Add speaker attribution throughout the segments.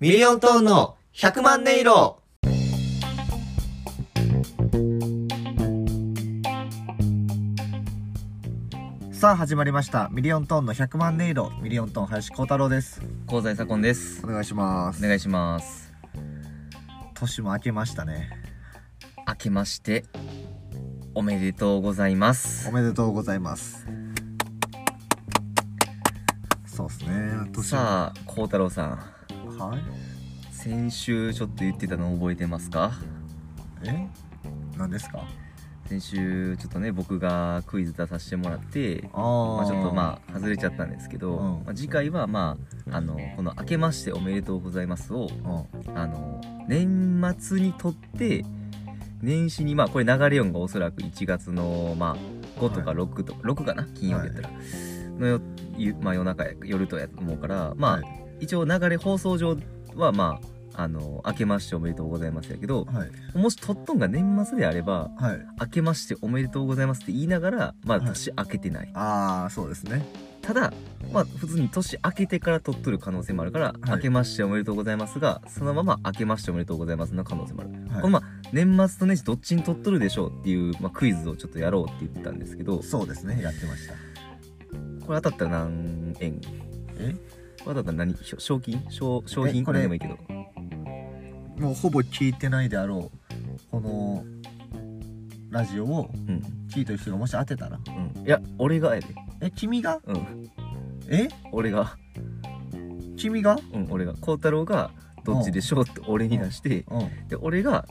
Speaker 1: ミリオントーンの100万音色さあ始まりましたミリオントーンの100万音色ミリオントーン林光太郎です
Speaker 2: 香西左近です
Speaker 1: お願いします
Speaker 2: お願いします
Speaker 1: 年も明けましたね
Speaker 2: 明けましておめでとうございま
Speaker 1: お
Speaker 2: す
Speaker 1: めでとうございますそうですね年も
Speaker 2: さあ幸太郎さん
Speaker 1: はい
Speaker 2: 先週ちょっと言ってたの覚えてますか
Speaker 1: え何ですか
Speaker 2: 先週ちょっとね僕がクイズ出させてもらって
Speaker 1: あー、
Speaker 2: まあ、ちょっとまあ外れちゃったんですけど、
Speaker 1: うん
Speaker 2: まあ、次回はまああのこの「明けましておめでとうございますを」
Speaker 1: う
Speaker 2: あの年末にとって年始にまあこれ流れ音がおそらく1月のまあ5とか
Speaker 1: はい
Speaker 2: 6とか、6かな金曜日やったら、のよゆまあ、夜中や夜とやと思うからまあ、
Speaker 1: はい
Speaker 2: 一応流れ放送上はまああの明けましておめでとうございますやけど
Speaker 1: んはい
Speaker 2: もしとっとんが年末であれば
Speaker 1: はい
Speaker 2: 明けましておめでとうございますって言いながらまあ
Speaker 1: はい
Speaker 2: 年明けてない、
Speaker 1: ああそうですね
Speaker 2: ただまあ普通に年明けてから取っとる可能性もあるから、
Speaker 1: い
Speaker 2: 明けましておめでとうございますがそのまま明けましておめでとうございますの可能性もある、
Speaker 1: はい
Speaker 2: このまあ年末と年始どっちに取っとるでしょうっていう、まあ、クイズをちょっとやろうって言ってたんですけど
Speaker 1: そうですねやってました
Speaker 2: これ当たったら何円
Speaker 1: え
Speaker 2: これ当たったら何ひょ賞金賞賞
Speaker 1: え
Speaker 2: 品
Speaker 1: こ
Speaker 2: こ
Speaker 1: れ
Speaker 2: れでもいいけど
Speaker 1: もうほぼ聞いてないであろうこのラジオを
Speaker 2: うん
Speaker 1: 聞いてる人がもし当てたら
Speaker 2: うんいや俺がやで
Speaker 1: え君が
Speaker 2: うん
Speaker 1: え
Speaker 2: 俺が
Speaker 1: 君が
Speaker 2: うん俺が孝太郎がどっちでしょうって俺に出して
Speaker 1: うん
Speaker 2: で俺が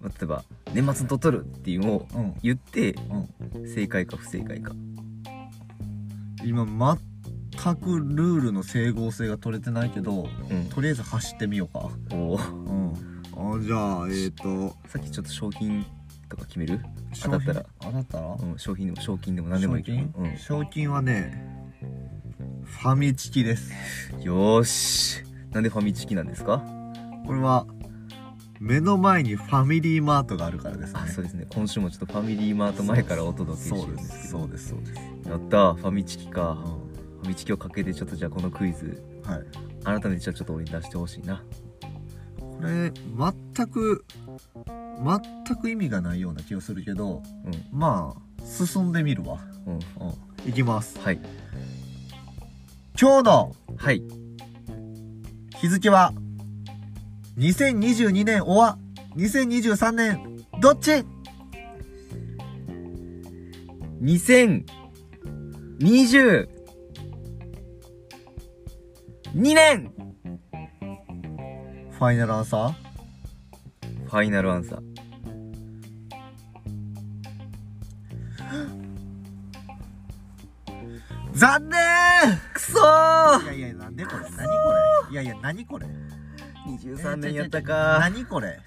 Speaker 2: まあ例えば年末に取っとるっていうのを
Speaker 1: うん
Speaker 2: 言って
Speaker 1: うん
Speaker 2: 正解か不正解か
Speaker 1: 今全くルールの整合性が取れてないけど
Speaker 2: うん
Speaker 1: とりあえず走ってみようか
Speaker 2: おお
Speaker 1: うんあじゃあえっ、と
Speaker 2: さっきちょっと賞金とか決める、
Speaker 1: 商
Speaker 2: 当たっ
Speaker 1: 品
Speaker 2: たら
Speaker 1: 当たったら
Speaker 2: うん、賞品でも賞金でも何でもいいけど
Speaker 1: 賞金賞金はねファミチキです
Speaker 2: うん、よーしなんでファミチキなんですか
Speaker 1: これは目の前にファミリーマートがあるからですね
Speaker 2: あそうですね今週もちょっとファミリーマート前からお届けして
Speaker 1: そ
Speaker 2: る
Speaker 1: うんで
Speaker 2: です
Speaker 1: す
Speaker 2: けど
Speaker 1: そうですそうです、
Speaker 2: やったーファミチキ
Speaker 1: う
Speaker 2: か、
Speaker 1: ん
Speaker 2: ファミチキをかけてちょっとじゃあこのクイズ
Speaker 1: はい
Speaker 2: 改めてじゃあちょっと俺に出してほしいな
Speaker 1: これ全く全く意味がないような気がするけどまあ進んでみるわ、
Speaker 2: うん
Speaker 1: う
Speaker 2: うん
Speaker 1: ん、いきます
Speaker 2: はい
Speaker 1: 今日の
Speaker 2: はい
Speaker 1: 日付は2022年おわ2023年どっち
Speaker 2: 2022年
Speaker 1: ファイナルアンサー
Speaker 2: ファイナルアンサー
Speaker 1: 残念
Speaker 2: くそー
Speaker 1: いやいやなんでこれ何これいやいや何これ
Speaker 2: 23年やった
Speaker 1: えー
Speaker 2: か
Speaker 1: 何これ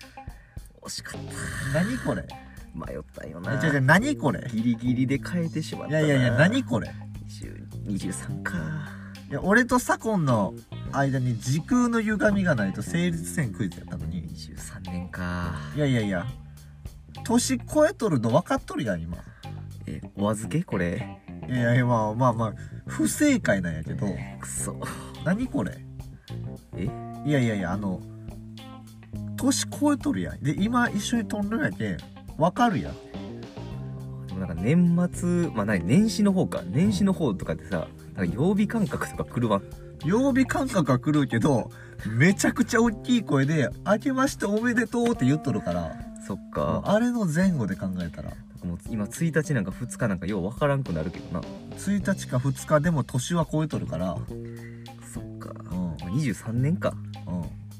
Speaker 2: 惜しかっ
Speaker 1: 何これ
Speaker 2: た迷ったよ
Speaker 1: え
Speaker 2: な
Speaker 1: ちょちょ何これ
Speaker 2: ギリギリで変えてしまっ
Speaker 1: い
Speaker 2: たな
Speaker 1: やいやいや何これ
Speaker 2: 20 23か
Speaker 1: いや俺と左近の間に時空の歪みがないと成立せんクイズやったのに
Speaker 2: 23年か
Speaker 1: いやいやいや年超えとるの分かっとるやん今
Speaker 2: えお預けこれ
Speaker 1: いやいやまあまあまあ不正解なんやけど
Speaker 2: くそ
Speaker 1: 何これ
Speaker 2: え
Speaker 1: いやいやいやあの年超えとるやんで今一緒に飛んるやけん分かるやん
Speaker 2: でもなんか年末まあ何年始の方か年始の方とかってさなんか曜日感覚とか狂わん
Speaker 1: 曜日感覚が狂うけどめちゃくちゃ大きい声で「明けましておめでとう」って言っとるから
Speaker 2: そっ
Speaker 1: あ
Speaker 2: か
Speaker 1: あれの前後で考えたら
Speaker 2: もう今1日なんか2日なんかようわからんくなるけどな
Speaker 1: 1日か2日でも年は超えとるから
Speaker 2: そっか
Speaker 1: うんう
Speaker 2: 23年か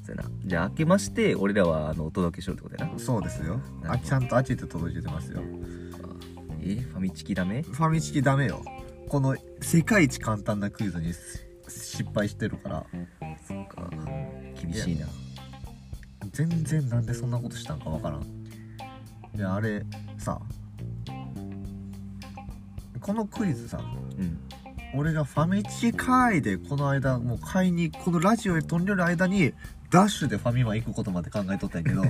Speaker 2: そうやなじゃあ明けまして俺らはあのお届けしようってことやなん
Speaker 1: そうですよ
Speaker 2: な
Speaker 1: あ
Speaker 2: るほど
Speaker 1: ちゃんと開けて届けてますよ
Speaker 2: えファミチキダメ
Speaker 1: ファミチキダメよこの世界一簡単なクイズにす失敗してるから
Speaker 2: そっか厳しいな
Speaker 1: 全然なんでそんなことしたんかわからんいやあれさこのクイズさ
Speaker 2: うん
Speaker 1: 俺がファミチキ会でこの間もう買いにこのラジオに飛んでる間にダッシュでファミマ行くことまで考えとったん やけど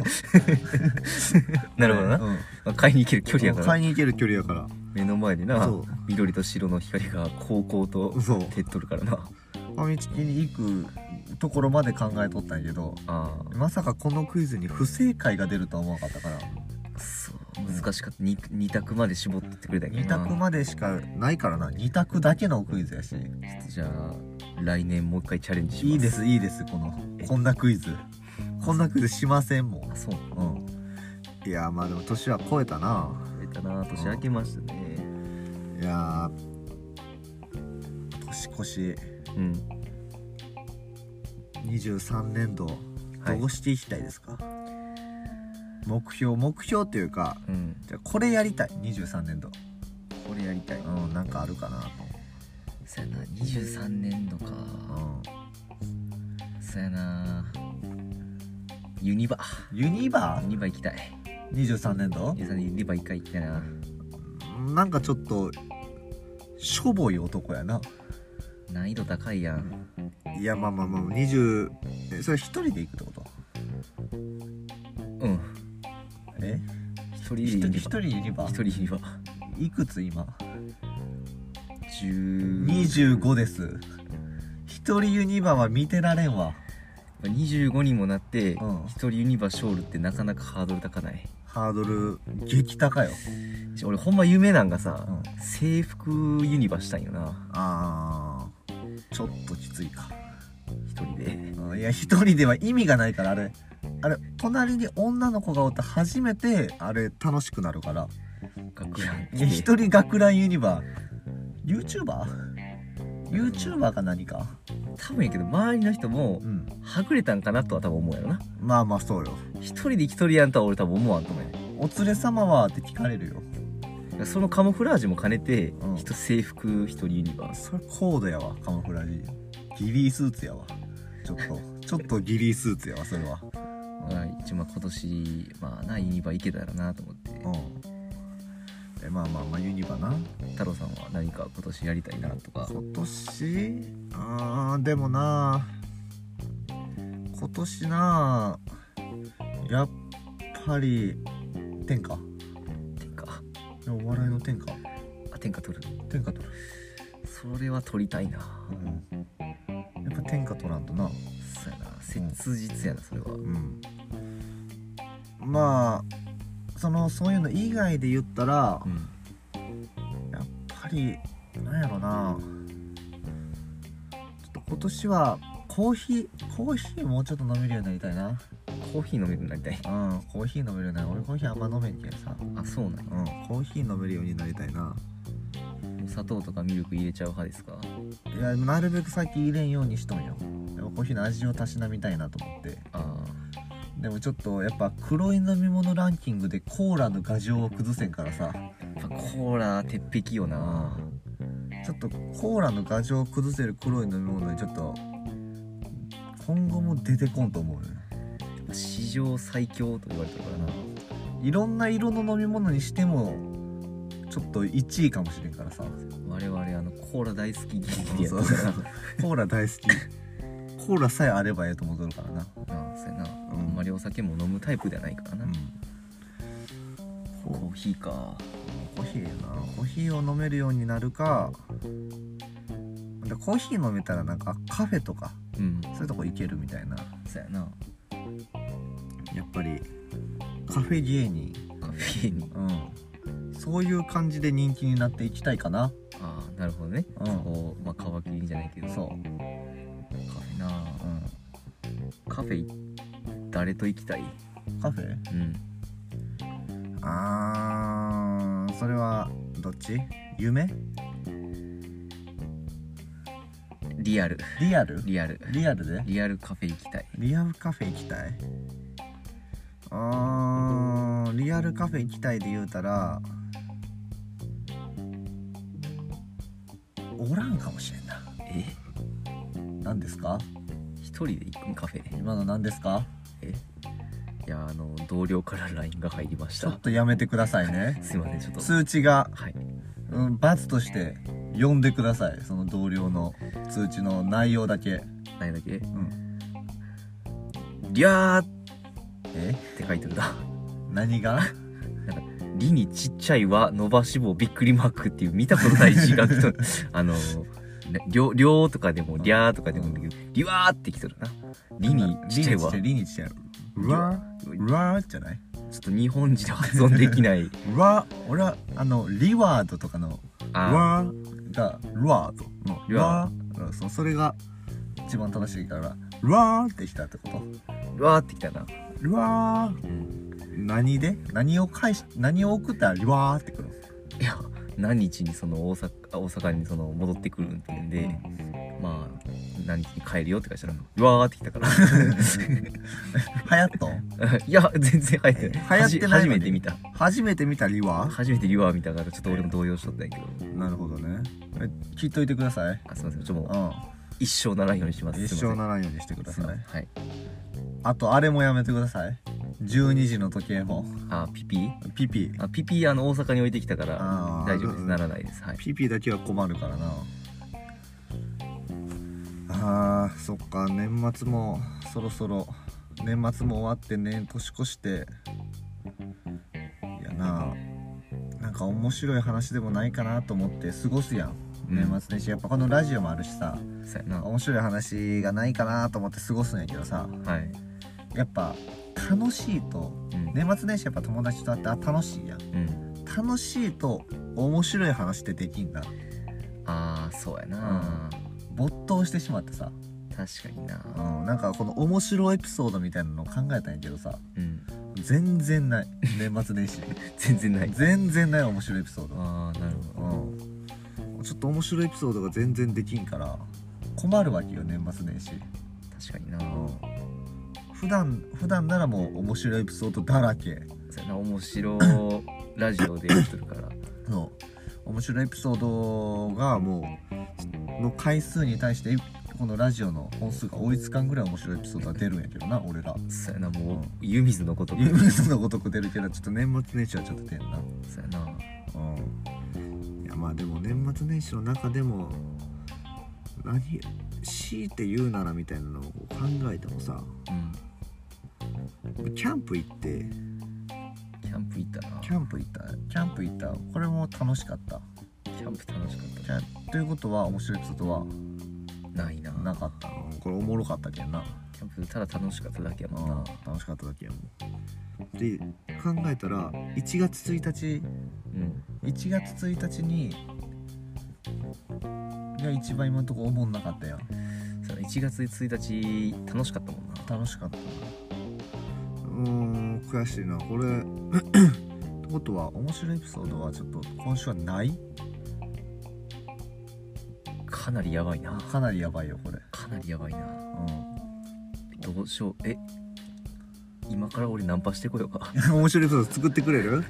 Speaker 2: なるほどな、
Speaker 1: うん
Speaker 2: まあ買いに行ける距離やから
Speaker 1: 買いに行ける距離やから
Speaker 2: 目の前にな
Speaker 1: そう
Speaker 2: 緑と白の光がこうこうと
Speaker 1: そう
Speaker 2: 照っとるからな
Speaker 1: ファミチキに行くところまで考えとったんやけど
Speaker 2: ああ
Speaker 1: まさかこのクイズに不正解が出るとは思わなかったから
Speaker 2: そう難しかったに二択まで絞ってってくれたんや
Speaker 1: 2
Speaker 2: けどな
Speaker 1: 択までしかないからな2択だけのクイズやし
Speaker 2: ちょっとじゃあ来年もう一回チャレンジします
Speaker 1: いいですいいですこのこんなクイズこんなクイズしませんもん
Speaker 2: あそう
Speaker 1: うんいやーまあでも年は超えたな
Speaker 2: 出たな年明けましたね
Speaker 1: いやー年越し
Speaker 2: うん
Speaker 1: 23年度
Speaker 2: はい
Speaker 1: どうしていきたいですか、目標目標というか
Speaker 2: うん
Speaker 1: じゃあこれやりたい23年度
Speaker 2: これやりたい
Speaker 1: うんなんかあるかなと
Speaker 2: そやな23年度か
Speaker 1: 思う、
Speaker 2: そやなユニバ
Speaker 1: うん、ユニバ
Speaker 2: ユニバ行きたい
Speaker 1: ー23年度
Speaker 2: ユニバユニバ一回行きたいな
Speaker 1: なんかちょっとしょぼい男やな
Speaker 2: 難易度高いやん
Speaker 1: いやまあまあまあ20えそれ一人で行くってこと
Speaker 2: うん
Speaker 1: え
Speaker 2: 一人
Speaker 1: 一
Speaker 2: ユ
Speaker 1: 人
Speaker 2: ニ
Speaker 1: 一
Speaker 2: バ
Speaker 1: 人ユニバ
Speaker 2: 一人ユニバ
Speaker 1: いくつ今
Speaker 2: 10
Speaker 1: 25です一人ユニバは見てられんわ
Speaker 2: 25にもなって一
Speaker 1: うん
Speaker 2: 人ユニバショールってなかなかハードル高ない
Speaker 1: ハードル激高よ
Speaker 2: し俺ほんま夢なんかさ、
Speaker 1: うん
Speaker 2: 制服ユニバしたんよな
Speaker 1: あーちょっときついか
Speaker 2: 一人で
Speaker 1: うんいや一人では意味がないからあれあれ隣に女の子がおって初めてあれ楽しくなるから
Speaker 2: 学ラン
Speaker 1: いや一人学ランユニバー YouTuber?YouTuber か何か
Speaker 2: 多分やけど周りの人も
Speaker 1: うん
Speaker 2: はぐれたんかなとは多分思うやろな
Speaker 1: まあまあそうよ
Speaker 2: 一人で一人やんとは俺多分思わんと思うやね
Speaker 1: お連れ様はって聞かれるよ
Speaker 2: だからそのカモフラージュも兼ねて、
Speaker 1: うん
Speaker 2: 人制服一人ユニバース
Speaker 1: それコードやわカモフラージュギリースーツやわちょっ とちょっとギリースーツやわそれは
Speaker 2: まあ一応まあ今年まあなユニバー行けたらなと思って
Speaker 1: うんえまあまあまあユニバな
Speaker 2: 太郎さんは何か今年やりたいなとか
Speaker 1: 今年あーでもな今年なやっぱり天下
Speaker 2: 天下
Speaker 1: いやお笑いの天下
Speaker 2: あ天下取る
Speaker 1: 天下取る、
Speaker 2: それは取りたいな
Speaker 1: やっぱ天下取らんとな
Speaker 2: そうやな切実やなそれは
Speaker 1: うんまあそのそういうの以外で言ったら
Speaker 2: うん
Speaker 1: やっぱりなんやろなちょっと今年はコーヒーコーヒーもうちょっと飲めるようになりたいな
Speaker 2: コーヒー飲めるようになりたい
Speaker 1: うんコーヒー飲めるようになり俺コーヒーあんま飲めんけんさうん
Speaker 2: あそうなんや
Speaker 1: コーヒー飲めるようになりたいな
Speaker 2: もう砂糖とかミルク入れちゃう派ですか
Speaker 1: いやなるべく先入れんようにしとんよやっぱコーヒーの味をたしなみたいなと思って
Speaker 2: あ
Speaker 1: でもちょっとやっぱ黒い飲み物ランキングでコーラの牙城を崩せんからさ
Speaker 2: ーやっぱコーラ鉄壁よな
Speaker 1: ちょっとコーラの牙城を崩せる黒い飲み物にちょっと今後も出てこんと思うよ
Speaker 2: やっぱ史上最強と言われてるからない
Speaker 1: ろんな色の飲み物にしてもちょっと1位かもしれんからさ
Speaker 2: 我々あのコーラ大好き芸人や
Speaker 1: そう
Speaker 2: ったから
Speaker 1: コーラ大好きコーラさえあればええと思うとるからな
Speaker 2: な あそうやな、
Speaker 1: うん
Speaker 2: あんまりお酒も飲むタイプではないからな、
Speaker 1: コ
Speaker 2: コーヒーか
Speaker 1: コーヒーやなコーヒーを飲めるようになるかでコーヒー飲めたらなんかカフェとか
Speaker 2: うん
Speaker 1: そういうとこ行けるみたいな
Speaker 2: そうやな
Speaker 1: やっぱりカフェ芸人
Speaker 2: カフェに
Speaker 1: うんそういう感じで人気になっていきたいかな
Speaker 2: ああなるほどね、
Speaker 1: うん
Speaker 2: そこをまあ皮切りじゃないけど
Speaker 1: そ
Speaker 2: カフェなあ
Speaker 1: う、う
Speaker 2: カフェ誰と行きたい
Speaker 1: ん、カフェ
Speaker 2: うん
Speaker 1: あーそれはどっち夢
Speaker 2: リアル
Speaker 1: リアル
Speaker 2: リアル
Speaker 1: リアルで
Speaker 2: リアルカフェ行きたい
Speaker 1: リアルカフェ行きたいあーリアルカフェ行きたいで言うたらおらんかもしれんな
Speaker 2: え
Speaker 1: 何ですか
Speaker 2: 一人で行くんカフェ
Speaker 1: 今の何ですか
Speaker 2: えいやあの同僚から LINE が入りまし
Speaker 1: ちょったとやめてくださいね
Speaker 2: すいませんちょっと
Speaker 1: 通知が、
Speaker 2: はい
Speaker 1: うん、罰として呼んでくださいその同僚の通知の内容だけ
Speaker 2: 何だっけ
Speaker 1: うん
Speaker 2: リャーっ
Speaker 1: え
Speaker 2: て書いてるな
Speaker 1: 何が
Speaker 2: リにちっちゃいは伸ばし棒びっくりマークっていう見たことない字が来た あのなりょうりょうとかでもりゃーとかでもいいけどりわーってきとるなりにちっちゃいわちょ
Speaker 1: リにちっちゃいリにちっちゃいわわじゃない
Speaker 2: っと日本人では発音できない
Speaker 1: わ俺はあのリワードとかの
Speaker 2: あ
Speaker 1: わがルワードの
Speaker 2: ルワ
Speaker 1: わうんそうそれが一番正しいからわーってきたってこと
Speaker 2: ーわーってきたな
Speaker 1: ルワー何で何を返し何を送ったらルワーってくる
Speaker 2: いや何日にその大阪大阪にその戻ってくるんって言うんで、まあ何日に帰るよって返したらうわーってきたから
Speaker 1: 流行っとん
Speaker 2: いや全然入って
Speaker 1: 流
Speaker 2: ない
Speaker 1: 行ってないのに
Speaker 2: 初めて見た
Speaker 1: 初めて見たリワー
Speaker 2: 初めてリワー見たからちょっと俺も動揺しとったんやけど
Speaker 1: なるほどねえ聞いといてください
Speaker 2: あすいませんちょっともう
Speaker 1: う
Speaker 2: 一生ならんようにします
Speaker 1: ん一
Speaker 2: すい
Speaker 1: 生
Speaker 2: ません
Speaker 1: ならんようにしてくだ
Speaker 2: すい
Speaker 1: さ
Speaker 2: ま
Speaker 1: い
Speaker 2: せんはい
Speaker 1: あとあれもやめてください12時の時計も
Speaker 2: あピピ
Speaker 1: ピピ
Speaker 2: あピピあの大阪に置いてきたから
Speaker 1: あー
Speaker 2: 大丈夫です
Speaker 1: うん
Speaker 2: ならないですはい
Speaker 1: ピピだけは困るからなあーそっか年末もそろそろ年末も終わってね年越していやななんか面白い話でもないかなと思って過ごすやん
Speaker 2: うん
Speaker 1: 年末年始やっぱこのラジオもあるしさ
Speaker 2: そうやな
Speaker 1: 面白い話がないかなと思って過ごすんやけどさ
Speaker 2: はい
Speaker 1: やっぱ楽しいと
Speaker 2: うん
Speaker 1: 年末年始やっぱ友達と会ってあ楽しいやん
Speaker 2: うん
Speaker 1: 楽しいと面白い話ってできんだ
Speaker 2: ああそうやな
Speaker 1: 没頭してしまってさ、
Speaker 2: 確かにな
Speaker 1: うん、なんかこの面白いエピソードみたいなの考えたんやけどさ
Speaker 2: うん
Speaker 1: 全然ない年末年始
Speaker 2: 全然ない
Speaker 1: 全然ない面白いエピソード、
Speaker 2: ああなるほど
Speaker 1: うん、ちょっと面白いエピソードが全然できんから困るわけよ年末年始、
Speaker 2: 確かにな
Speaker 1: うん、普段普段ならもう面白いエピソードだらけ
Speaker 2: そうやな面白ラジオでやっとるから
Speaker 1: の面白いエピソードがもうの回数に対してこのラジオの本数が追いつかんぐらい面白いエピソードは出るんやけどな俺ら
Speaker 2: そうやなもう湯水のこと
Speaker 1: 有名人のごとく出るけどちょっと年末年始はちょっと出んな
Speaker 2: そうやな
Speaker 1: うんいやまあでも年末年始の中でも何強いて言うならみたいなのを考えてもさ
Speaker 2: うん
Speaker 1: キャンプ行って
Speaker 2: キャンプ行ったな
Speaker 1: キャンプ行ったキャンプ行ったこれも楽しかった
Speaker 2: キャンプ楽しかっ
Speaker 1: キャということは面白いことは
Speaker 2: たないな
Speaker 1: なかったのこれおもろかったけんな
Speaker 2: キャンプただ楽しかっただけやもん
Speaker 1: あ
Speaker 2: な
Speaker 1: あ楽しかっただけやもんで考えたら1月1日
Speaker 2: うん
Speaker 1: 1月1日にが一番今のところ思んなかったよ
Speaker 2: そう1月1日楽しかったもんな
Speaker 1: 楽しかったなうーん悔しいなこれ ってことは面白いエピソードはちょっと今週はない
Speaker 2: かなりやばいな
Speaker 1: かなりやばいよこれ
Speaker 2: かなりやばいな
Speaker 1: う
Speaker 2: どうしようえ今から俺ナンパしてこ ようか
Speaker 1: ん面白いエピソード作ってくれる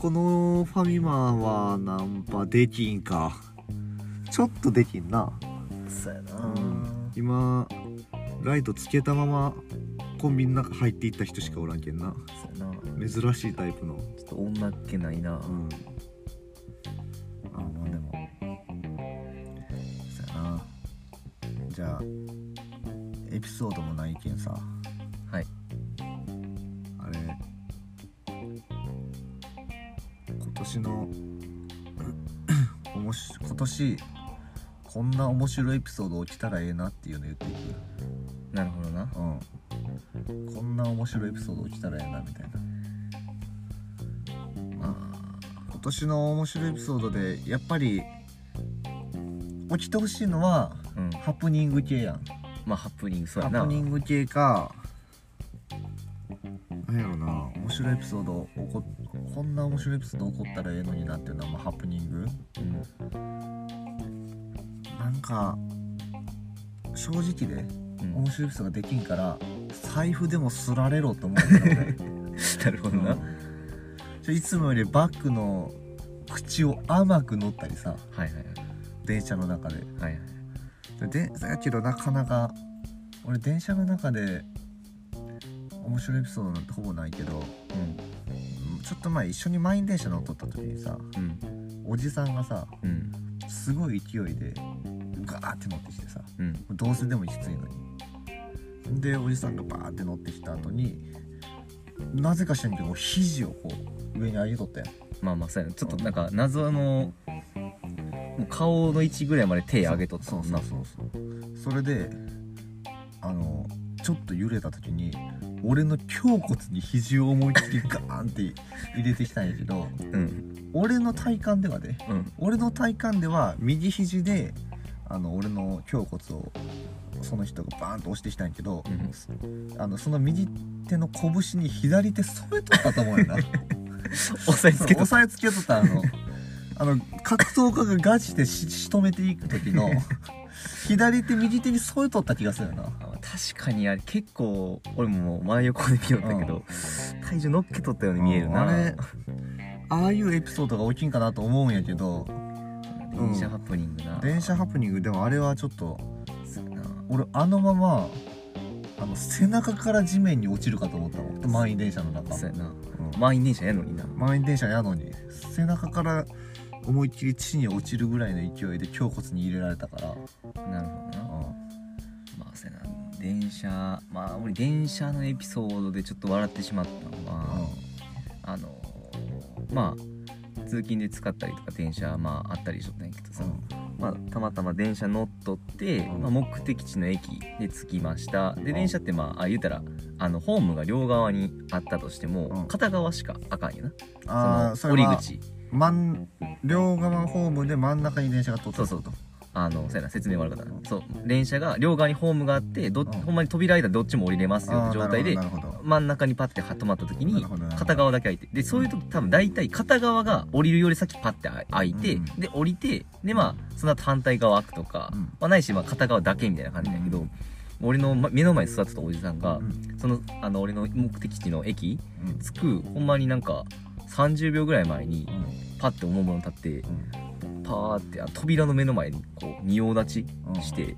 Speaker 1: このファミマはナンパできんかちょっとできんな
Speaker 2: そうやな
Speaker 1: うん今ライトつけたままコンビニの中入っていった人しかおらんけんな
Speaker 2: そうやな
Speaker 1: 珍しいタイプの
Speaker 2: ちょっと女っ気ないな
Speaker 1: うんあまあでもそうやなじゃあエピソードもないけんさ
Speaker 2: はい
Speaker 1: あれ今年のおもし今年こんな面白いエピソード起きたらええなっていうの言っていく
Speaker 2: なるほどな
Speaker 1: うん、こんな面白いエピソード起きたらええなみたいなまあ今年の面白いエピソードでやっぱり起きてほしいのは
Speaker 2: うん
Speaker 1: ハプニング系やん
Speaker 2: まあハプニングそうやな
Speaker 1: ハプニング系かなんやろな面白いエピソード起ここんな面白いエピソード起こったらええのになっていうのは、まあ、ハプニング
Speaker 2: うん
Speaker 1: なんか正直で
Speaker 2: うん
Speaker 1: 面白いエピソードができんから財布でもすられろと思うんだよね
Speaker 2: なるほどな、
Speaker 1: うんちょいつもよりバッグの口を甘く乗ったりさ
Speaker 2: はいはい
Speaker 1: 電車の中で
Speaker 2: はいはい
Speaker 1: でだけどなかなか俺電車の中で面白いエピソードなんてほぼないけど
Speaker 2: うん
Speaker 1: うんちょっと前一緒に満員電車乗っとった時にさ
Speaker 2: うん
Speaker 1: おじさんがさ
Speaker 2: うん
Speaker 1: すごい勢いでガーって乗ってきてさ
Speaker 2: うん
Speaker 1: どうせでもきついのにでおじさんがバーって乗ってきた後になぜか知らんけど肘をこう上に上げとったやん
Speaker 2: まあまあそうやなちょっとなんか謎のもう顔の位置ぐらいまで手上げとった
Speaker 1: そう
Speaker 2: も
Speaker 1: んそ
Speaker 2: な
Speaker 1: うそうそうそれであのちょっと揺れた時に俺の胸骨に肘を思いっきりガーンって入れてきたんやけど
Speaker 2: うん
Speaker 1: 俺の体感ではね
Speaker 2: うん
Speaker 1: 俺の体感では右肘であの俺の胸骨をその人がバーンと押してきたんやけど、あのその右手の拳に左手添えとったと思う よな
Speaker 2: 押さえつけと
Speaker 1: 押さえつけとったあのあの格闘家がガチでし仕留めていく時 の左手右手に添えとった気がするよな
Speaker 2: 確かにあれ結構俺ももう真横で見よったけど、体重乗っけとったように見えるな
Speaker 1: あれああいうエピソードが大きいんかなと思うんやけど
Speaker 2: 電車ハプニングな、
Speaker 1: 電車ハプニングでもあれはちょっと
Speaker 2: そうやな
Speaker 1: 俺あのままあの背中から地面に落ちるかと思ったもん満員電車の中
Speaker 2: そうやな
Speaker 1: うん
Speaker 2: 満員電車やのにな
Speaker 1: 満員電車やのに背中から思いっきり地に落ちるぐらいの勢いで胸骨に入れられたから、
Speaker 2: なるほどな
Speaker 1: うん
Speaker 2: まあそうやな電車まあ俺電車のエピソードでちょっと笑ってしまったのは、あのーまあ通勤で使ったりとか電車まああったりしとったんやけどさ、まあ、たまたま電車乗っとって、
Speaker 1: うん
Speaker 2: まあ、目的地の駅で着きました
Speaker 1: う
Speaker 2: で
Speaker 1: ん
Speaker 2: 電車ってまああ言うたらあのホームが両側にあったとしても、
Speaker 1: うん
Speaker 2: 片側しかあかんよな
Speaker 1: ああ
Speaker 2: そ
Speaker 1: そ
Speaker 2: の
Speaker 1: れ
Speaker 2: 折り
Speaker 1: は
Speaker 2: 口
Speaker 1: 真ん両側ホームで真ん中に電車が通って
Speaker 2: そうそうあのそうやな説明悪かったな、そう電車が両側にホームがあってど、
Speaker 1: うん
Speaker 2: ほんまに扉開いたらどっちも降りれますよ
Speaker 1: あ
Speaker 2: っ
Speaker 1: あ
Speaker 2: て状態で
Speaker 1: なるほどなるほ
Speaker 2: 真ん中にパッては止まった時
Speaker 1: な
Speaker 2: に
Speaker 1: るほどなるほど
Speaker 2: 片側だけ開いてでそういう時多分大体片側が降りるより先パッて開いて、
Speaker 1: うん
Speaker 2: で降りてでまあその後反対側開くとか、
Speaker 1: うん
Speaker 2: まあ、ないしまあ片側だけみたいな感じだけど、
Speaker 1: うん
Speaker 2: 俺のま目の前に座ってたおじさんが、
Speaker 1: ど
Speaker 2: そのあの俺の目的地の駅
Speaker 1: うんうん
Speaker 2: 着くほんまになんか30秒ぐらい前にパッておもむろに立ってパーってあ扉の目の前にこう仁王立
Speaker 1: うんうん
Speaker 2: ちして、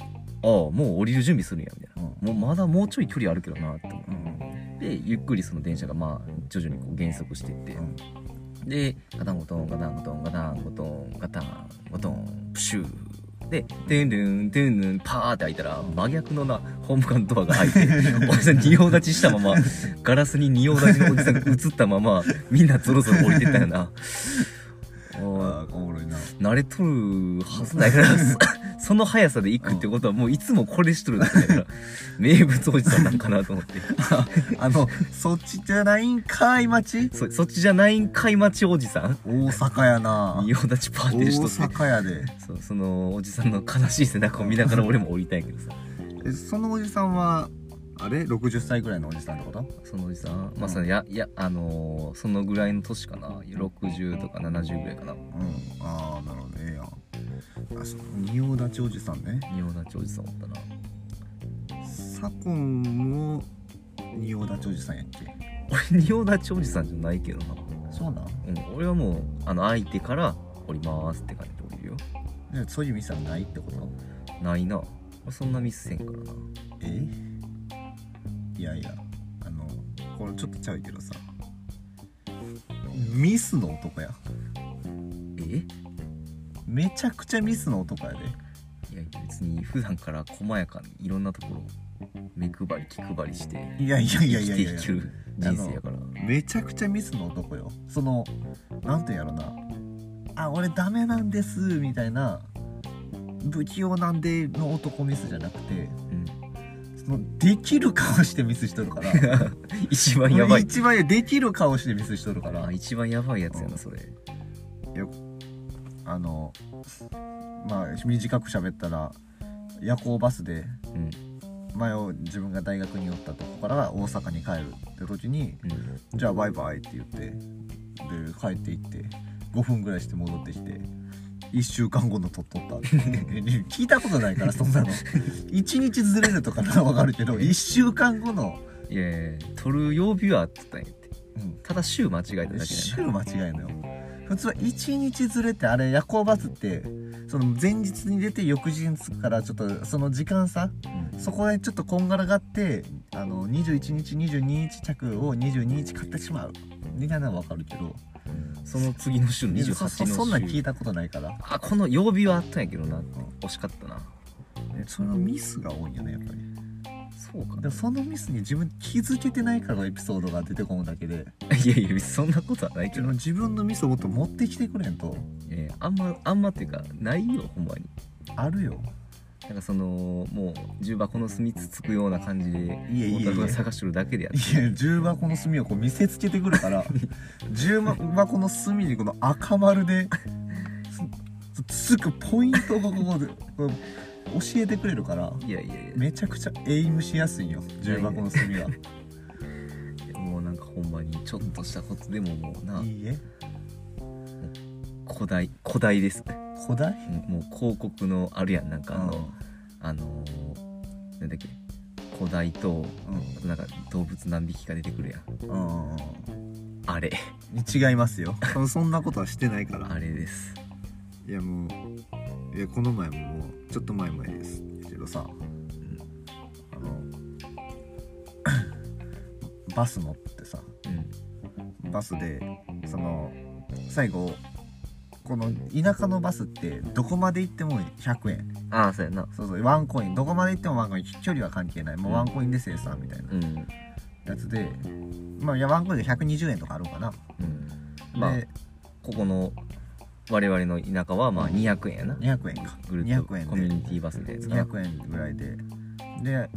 Speaker 2: ああもう降りる準備するんやみたいな。
Speaker 1: うん
Speaker 2: もうまだもうちょい距離あるけどなって思って
Speaker 1: うん
Speaker 2: でゆっくりその電車がまあ徐々にこう減速していって、
Speaker 1: うん
Speaker 2: でガタンゴトンガタンゴトンガタンゴトンガタンゴトンプシューでテンルンテンルンパーって開いたら真逆のなホームカンドアが開いておじさん仁王立ちしたままガラスに仁王立ちのおじさんが映ったままみんなぞろぞろ降りてったよな。おい
Speaker 1: ああおもろいな
Speaker 2: 慣れとるはずないからそその速さで行くってことはもういつもこれしとるんだから名物おじさんなんかなと思って
Speaker 1: あのそっちじゃないんかい町
Speaker 2: そそっちじゃないんかい町おじさん
Speaker 1: 大阪やな
Speaker 2: 仁王立ちパ
Speaker 1: 大
Speaker 2: ーティーしとって
Speaker 1: 阪やで
Speaker 2: そうそのおじさんの悲しい背中を見ながら俺も降りたいけどさ
Speaker 1: えそのおじさんはあれ60歳ぐらいのおじさんってこと
Speaker 2: そのおじさんまあそのややあのーそのぐらいの年かな60とか70ぐらいかな
Speaker 1: うんああなるほどええやんあそう仁王立ちおじさんね
Speaker 2: 仁王立ちおじさんおったな
Speaker 1: 左近も仁王立ちおじさんやっけ
Speaker 2: 俺仁王立ちおじさんじゃないけどな、
Speaker 1: そうなん
Speaker 2: うん、俺はもうあの相手から降りますって感じで降りるよ
Speaker 1: じゃあそういう店はないってこと
Speaker 2: ないな俺そんなミスせんからな
Speaker 1: えいやいやあのこれちょっとちゃうけどさミスの男や
Speaker 2: え
Speaker 1: めちゃくちゃミスの男やで
Speaker 2: いや別に普段から細やかにいろんなところ目配り気配りして
Speaker 1: いやいやいやい
Speaker 2: 生き
Speaker 1: や
Speaker 2: て
Speaker 1: い
Speaker 2: い
Speaker 1: や
Speaker 2: ける人生やから
Speaker 1: めちゃくちゃミスの男よそのなんていうんやろなあ俺ダメなんですみたいな不器用なんでの男ミスじゃなくてそのできる顔してミスしと るから
Speaker 2: うん一番やばい
Speaker 1: 一番いいできる顔してミスしとるから
Speaker 2: あ一番やばいやつやなそれ
Speaker 1: あのまあ短く喋ったら夜行バスで
Speaker 2: うん
Speaker 1: 前を自分が大学におったとこから大阪に帰るって時に
Speaker 2: うん
Speaker 1: じゃあバイバイって言ってで帰って行って5分ぐらいして戻ってきて1週間後の撮っとったって 聞いたことないからそ んなの1日ずれるとかなら分かるけど1週間後の、
Speaker 2: いやいや撮る曜日はあってたんやって
Speaker 1: うん、
Speaker 2: ただ週間違えただけだ
Speaker 1: 週間違いのよ普通は1日ずれてあれ夜行バスってその前日に出て翌日に着くからちょっとその時間差そこでちょっとこんがらがってあの21日22日着を22日買ってしまうみたいなのは分かるけど
Speaker 2: うんその次の週の
Speaker 1: そ
Speaker 2: 28
Speaker 1: そ
Speaker 2: の週
Speaker 1: そんなん聞いたことないから
Speaker 2: あこの曜日はあったんやけどなって
Speaker 1: うん
Speaker 2: 惜しかったな
Speaker 1: そのミスが多いよねやっぱり
Speaker 2: そそうか
Speaker 1: でもそのミスに自分気づけてないからのエピソードが出てこむだけで
Speaker 2: ないやいやそんなことはないけ
Speaker 1: 自
Speaker 2: ど
Speaker 1: 分自分のミスをもっと持ってきてくれんと
Speaker 2: いやいやあんまあんまっていうかないよほんまに
Speaker 1: あるよ
Speaker 2: なんかそのもう重箱の隅つつくような感じで
Speaker 1: いえいえいえ
Speaker 2: 太田君が探してるだけでやっ
Speaker 1: い
Speaker 2: て
Speaker 1: や重箱の隅をこう見せつけてくる から重箱の隅にこの赤丸でつつつくポイントをここでこう教えてくれるから
Speaker 2: いやいやい
Speaker 1: めちゃくちゃエイムしやすいよ重箱の隅は
Speaker 2: やもうなんかほんまにちょっとしたことでももうない
Speaker 1: いえ
Speaker 2: 古代古代です
Speaker 1: 古代
Speaker 2: うんもう広告のあるやんなんかあの、
Speaker 1: うん
Speaker 2: あのーなんだっけ古代とあとなんか動物何匹か出てくるやん
Speaker 1: うんうん
Speaker 2: あれ
Speaker 1: 違いますよそ そんなことはしてないから
Speaker 2: あれです
Speaker 1: いやもういやこの前ももうちょっと前前ですけどさ、あのバス乗ってさ
Speaker 2: うん
Speaker 1: バスでその最後この田舎のバスってどこまで行っても100円
Speaker 2: ああそうやな
Speaker 1: そうそうワンコインどこまで行ってもワンコイン距離は関係ないもうワンコインで生産みたいな
Speaker 2: うん
Speaker 1: やつでまあいやワンコインで120円とかあるのかな
Speaker 2: うんまあ
Speaker 1: で
Speaker 2: ここの我々の田舎はまあ200円やな
Speaker 1: 200円か
Speaker 2: ぐるっとコ
Speaker 1: 200円で
Speaker 2: ミュニティバスみたいなやつが
Speaker 1: 200円ぐらいでで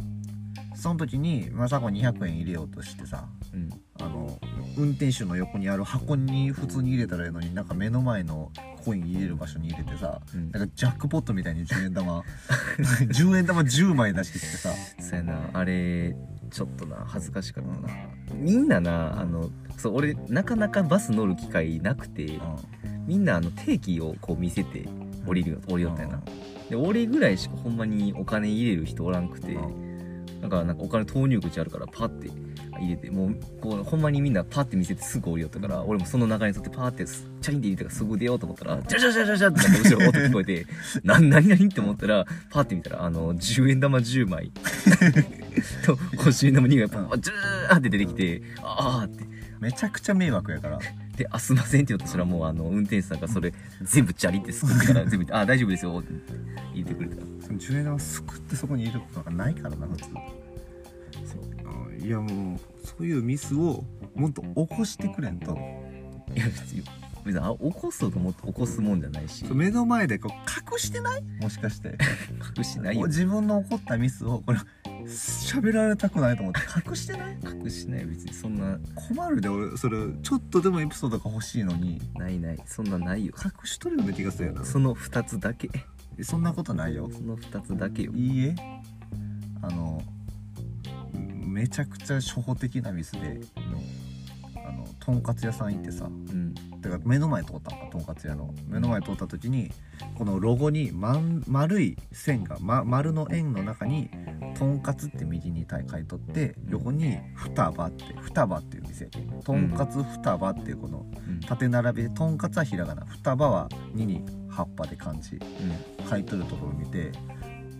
Speaker 1: その時にまさこ200円入れようとしてさ
Speaker 2: うん
Speaker 1: あの運転手の横にある箱に普通に入れたらいいのになんか目の前のコイン入れる場所に入れてさ
Speaker 2: うん
Speaker 1: なんかジャックポットみたいに10円玉10円玉10枚出してきてさ
Speaker 2: そうやなあれちょっとな恥ずかしかったなみんななあのそう俺なかなかバス乗る機会なくてみんなあの定期をこう見せて降りるよ降りよったやなで俺ぐらいしかほんまにお金入れる人おらんくてだからなんかお金投入口あるからパッて入れてもうこうほんまにみんなパッて見せてすぐ降りよったから俺もその流れに沿ってパッてすチャリンって入れてからすぐ出ようと思ったらジャジャジャジャジャってなんか後ろ音聞こえて な何何って思ったらパッて見たらあの10円玉10枚 と50円玉2枚パッジューって出てきてああって
Speaker 1: めちゃくちゃ迷惑やから
Speaker 2: で「あすいません」って言ったらもうあの運転手さんがそれ全部チャリってすくうから全部「あ大丈夫ですよ」って言ってくれた
Speaker 1: その10円玉すくってそこに入れることなんかないからな普通
Speaker 2: そう
Speaker 1: いやもうそういうミスをもっと起こしてくれんと
Speaker 2: いや別に別にあ起こそうと思って起こすもんじゃないし
Speaker 1: そう目の前でこう隠してないもしかして
Speaker 2: 隠しないよ
Speaker 1: 自分の起こったミスをこれ喋られたくないと思って隠してない
Speaker 2: 隠しない別にそんな
Speaker 1: 困るで俺それちょっとでもエピソードが欲しいのに
Speaker 2: ないないそんなないよ
Speaker 1: 隠しとるような気がするよな
Speaker 2: その2つだけ
Speaker 1: そんなことないよ
Speaker 2: その2つだけよ
Speaker 1: いいえあのめちゃくちゃ初歩的なミスであのとんかつ屋さん行ってさ
Speaker 2: うん
Speaker 1: てか目の前通ったんかとんかつ屋の目の前通った時にこのロゴに、まん、丸い線が、ま、丸の円の中に「とんかつ」って右に書いとって横に「双葉」って「双葉」っていう店とんかつ双葉っていうこの
Speaker 2: うん
Speaker 1: 縦並びでとんかつはひらがな双葉は2に葉っぱで漢字書いとるところを見て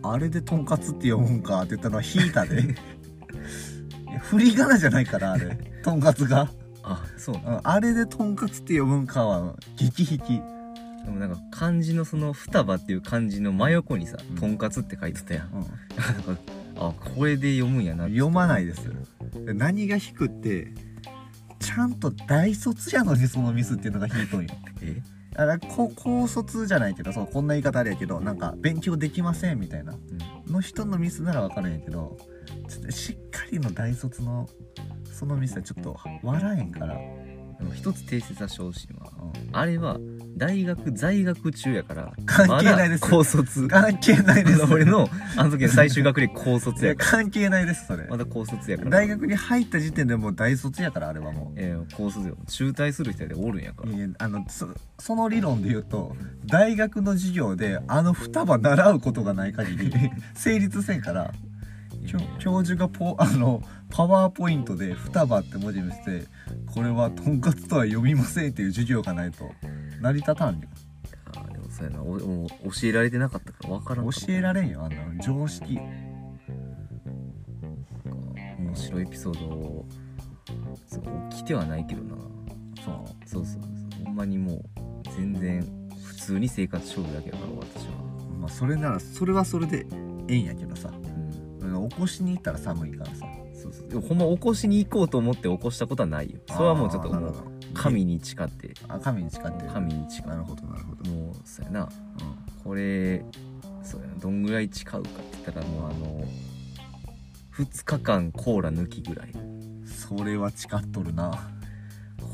Speaker 1: あれでとんかつって読むんかって言ったのは引いたでいや振り仮名じゃないからあれとんかつが、
Speaker 2: あそう
Speaker 1: うんあれでとんかつって読むんかは激引き
Speaker 2: でもなんか漢字のその双葉っていう漢字の真横にさ
Speaker 1: う
Speaker 2: 「
Speaker 1: ん
Speaker 2: とんかつ」って書いてたやん、
Speaker 1: うん
Speaker 2: なんかあこれで読むんやなって
Speaker 1: 読まないですで何が引くってちゃんと大卒やのにそのミスっていうのが引いとんよ
Speaker 2: え
Speaker 1: あだからこ高卒じゃないけどそうこんな言い方あれやけどなんか勉強できませんみたいな
Speaker 2: うん
Speaker 1: の人のミスならわかるんやけどちょっとしっかりの大卒のそのミスはちょっと笑えんから、うん
Speaker 2: でも一つ訂正させてほしいのはあれは大学在学中やから
Speaker 1: 関係ないです
Speaker 2: まだ高卒
Speaker 1: 関係ないです
Speaker 2: あの俺のあの時の最終学歴高
Speaker 1: い
Speaker 2: 卒や
Speaker 1: や
Speaker 2: か
Speaker 1: 関係ないですそれ
Speaker 2: らまだ高卒やから
Speaker 1: 大学に入った時点でもう大卒やからあれはもう
Speaker 2: えー高卒よ中退する人やでおるんやから
Speaker 1: いやあのそその理論で言うと大学の授業であの双葉習うことがない限 り成立せんから教教授がポあのパワーポイントで「双葉」って文字見せてこれは「とんかつとは読みません」っていう授業がないと成り立たんよ
Speaker 2: あーでもそうやなおもう教えられてなかったから分からんかった
Speaker 1: 教えられんよあの常識
Speaker 2: 面白いエピソードをそう起きてはないけどな
Speaker 1: そ
Speaker 2: そうそうそうほんまにもう全然普通に生活勝負だけだから私は
Speaker 1: うまあそれならそれはそれでええんやけどさ
Speaker 2: うん
Speaker 1: ど起こしに行ったら寒いからさ
Speaker 2: そうそうでもほんま起こしに行こうと思って起こしたことはないよそれはもうちょっと
Speaker 1: あーな
Speaker 2: も
Speaker 1: る
Speaker 2: う
Speaker 1: ほど
Speaker 2: 神に誓って
Speaker 1: あ神に誓ってる
Speaker 2: 神に誓
Speaker 1: なるほどなるほど
Speaker 2: うもうそうやなこれそうやなどんぐらい誓うかって言ったらもうあの2日間コーラ抜きぐらい
Speaker 1: うんそれは誓っとるな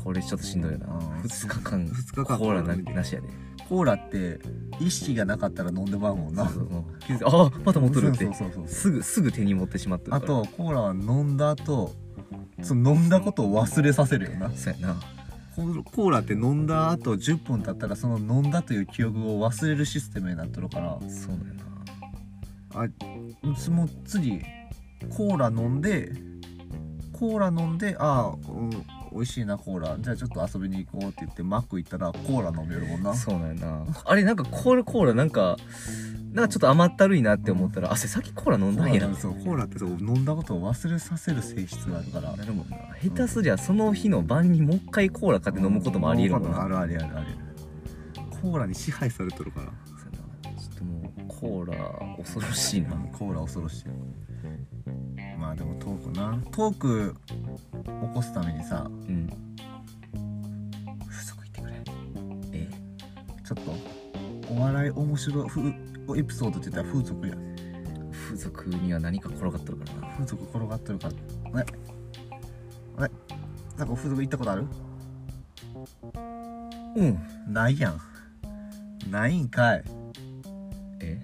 Speaker 2: これちょっとしんどいよな
Speaker 1: うん
Speaker 2: 2日間
Speaker 1: 二日
Speaker 2: コ
Speaker 1: 間
Speaker 2: ーラ
Speaker 1: コ
Speaker 2: な
Speaker 1: ーラ抜き
Speaker 2: なしやで
Speaker 1: コーラって意識がなかったら飲んでまうもん
Speaker 2: そ
Speaker 1: な
Speaker 2: うそうもう気づいてああまた持っとるっ
Speaker 1: そ
Speaker 2: て
Speaker 1: うそうそうそう
Speaker 2: すぐすぐ手に持ってしまってるか
Speaker 1: あ
Speaker 2: ら
Speaker 1: とコーラは飲んだ後その飲んだことを忘れさせるよな
Speaker 2: そうやな
Speaker 1: コーコーラって飲んだ後10分経ったらその飲んだという記憶を忘れるシステムになっとるから
Speaker 2: そうなんや
Speaker 1: あうちも次コーラ飲んでコーラ飲んでああ、うん、美味しいなコーラじゃあちょっと遊びに行こうって言ってマック行ったらコーラ飲めるもんな
Speaker 2: なそうなんやなあれなんかコーラコーラなんかなんかちょっと甘ったるいなって思ったらあせさっきコーラ飲ん
Speaker 1: コ
Speaker 2: だん
Speaker 1: ー
Speaker 2: や
Speaker 1: ラ
Speaker 2: な
Speaker 1: そうコーラってそう飲んだことを忘れさせる性質があるから
Speaker 2: なるもんな下手すりゃその日の晩にもう一回コーラ買って飲むこともありえるもんな
Speaker 1: あるあるあるあるコーラに支配されとるから
Speaker 2: そうやなちょっともうコーラ恐ろしいな
Speaker 1: コーラ恐ろしいまあでもトークなトーク起こすためにさ
Speaker 2: うん
Speaker 1: 風俗行ってくれ
Speaker 2: え
Speaker 1: ちょっとお笑い面白いふエピソードって言ったら風俗や
Speaker 2: 風俗には何か転がっとるからな
Speaker 1: 風俗転がってるからあれあれなんか風俗行ったことある
Speaker 2: うん
Speaker 1: ないやんないんかい
Speaker 2: え